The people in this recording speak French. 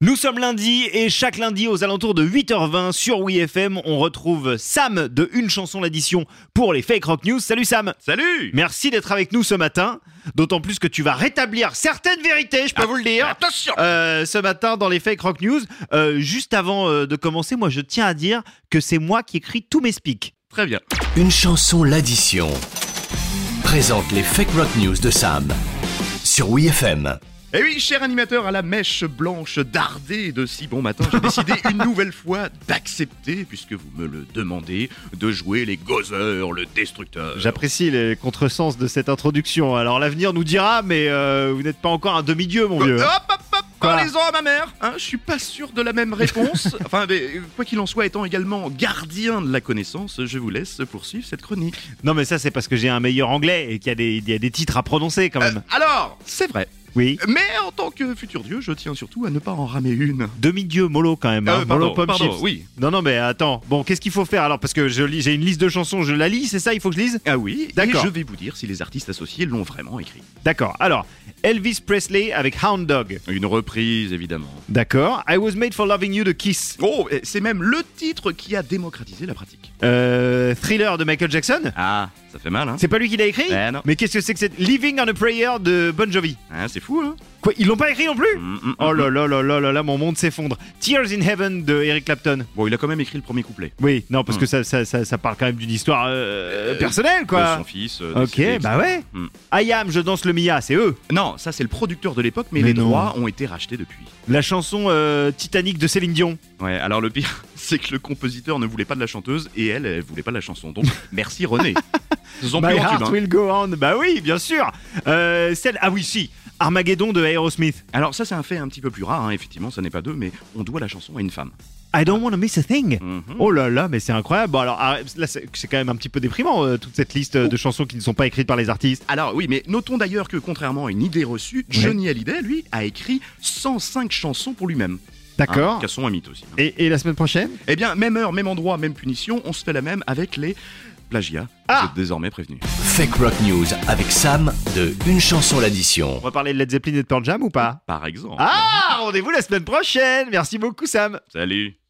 Nous sommes lundi et chaque lundi aux alentours de 8h20 sur WeFM, on retrouve Sam de Une chanson l'addition pour les Fake Rock News. Salut Sam Salut Merci d'être avec nous ce matin, d'autant plus que tu vas rétablir certaines vérités, je peux vous le dire. Attention Euh, ce matin dans les Fake Rock News, Euh, juste avant euh, de commencer, moi je tiens à dire que c'est moi qui écris tous mes speaks. Très bien. Une chanson l'addition présente les fake rock news de Sam sur WeFM. Eh oui, cher animateur à la mèche blanche dardée de si bon matin, j'ai décidé une nouvelle fois d'accepter, puisque vous me le demandez, de jouer les Gozer, le destructeur. J'apprécie les contresens de cette introduction. Alors l'avenir nous dira, mais euh, vous n'êtes pas encore un demi-dieu, mon Oh, vieux. Hop, hop, hop, Quoi parlez-en à ma mère hein, Je suis pas sûr de la même réponse. Enfin, mais, euh, quoi qu'il en soit, étant également gardien de la connaissance, je vous laisse poursuivre cette chronique. Non, mais ça, c'est parce que j'ai un meilleur anglais et qu'il y, a des- il y a des titres à prononcer quand même. Alors, c'est vrai. Oui. Mais en tant que futur dieu, je tiens surtout à ne pas en ramer une. Demi-dieu, mollo quand même. hein. Euh, pardon, Mollo pomme pardon, chips. oui. Non, non, mais attends. Bon, qu'est-ce qu'il faut faire alors Parce que je lis- j'ai une liste de chansons, je la lis, c'est ça Il faut que je lise Ah oui, et D'accord. je vais vous dire si les artistes associés l'ont vraiment écrit. D'accord. Alors, Elvis Presley avec Hound Dog. Une reprise, évidemment. D'accord. I was made for loving you de Kiss. Oh, et c'est même le titre qui a démocratisé la pratique. Euh, thriller de Michael Jackson. Ah, ça fait mal, hein C'est pas lui qui l'a écrit Eh non. Mais qu'est-ce que c'est que cette Living on a Prayer de Bon Jovi Hein, C'est fou, hein Quoi Ils l'ont pas écrit non plus Mm, mm, mm. Oh là là là là là là, mon monde s'effondre. Tears in Heaven de Eric Clapton. Bon, il a quand même écrit le premier couplet. Oui, non, parce que ça, Hmm. ça, ça, ça parle quand même d'une histoire euh, personnelle, De quoi. son fils. euh, Ok, décédé, bah ouais. Hmm. I am, je danse le Mia, c'est eux. etc. Non, ça c'est le producteur de l'époque, mais, Mais les non. droits ont été rachetés depuis. La chanson euh, Titanic de Céline Dion. Ouais, alors le pire, c'est que le compositeur ne voulait pas de la chanteuse et elle, elle voulait pas de la chanson. Donc, merci René. Ce sont My plus en tube, heart hein. will go on. Bah oui, bien sûr. Euh, celle, ah oui, si. Armageddon de Aerosmith. Alors ça c'est un fait un petit peu plus rare, hein, effectivement, ça n'est pas deux, mais on doit la chanson à une femme. I don't wanna miss a thing. Mhm. Oh là là, mais c'est incroyable. Bon, alors ah, là, c'est c'est quand même un petit peu déprimant, euh, toute cette liste de chansons qui ne sont pas écrites par les artistes. Alors oui, mais notons d'ailleurs que contrairement à une idée reçue, Johnny Hallyday, lui, a écrit 105 chansons pour lui-même. D'accord. Hein, Cassons un mythe aussi. hein. Ah, et, et la semaine prochaine Eh bien, même heure, même endroit, même punition, on se fait la même avec les plagiats. Ah Vous êtes désormais prévenus. Fake rock news avec Sam de Une chanson l'addition. On va parler de Led Zeppelin et de Pearl Jam ou pas Par exemple. Ah, rendez-vous la semaine prochaine. Merci beaucoup, Sam. Salut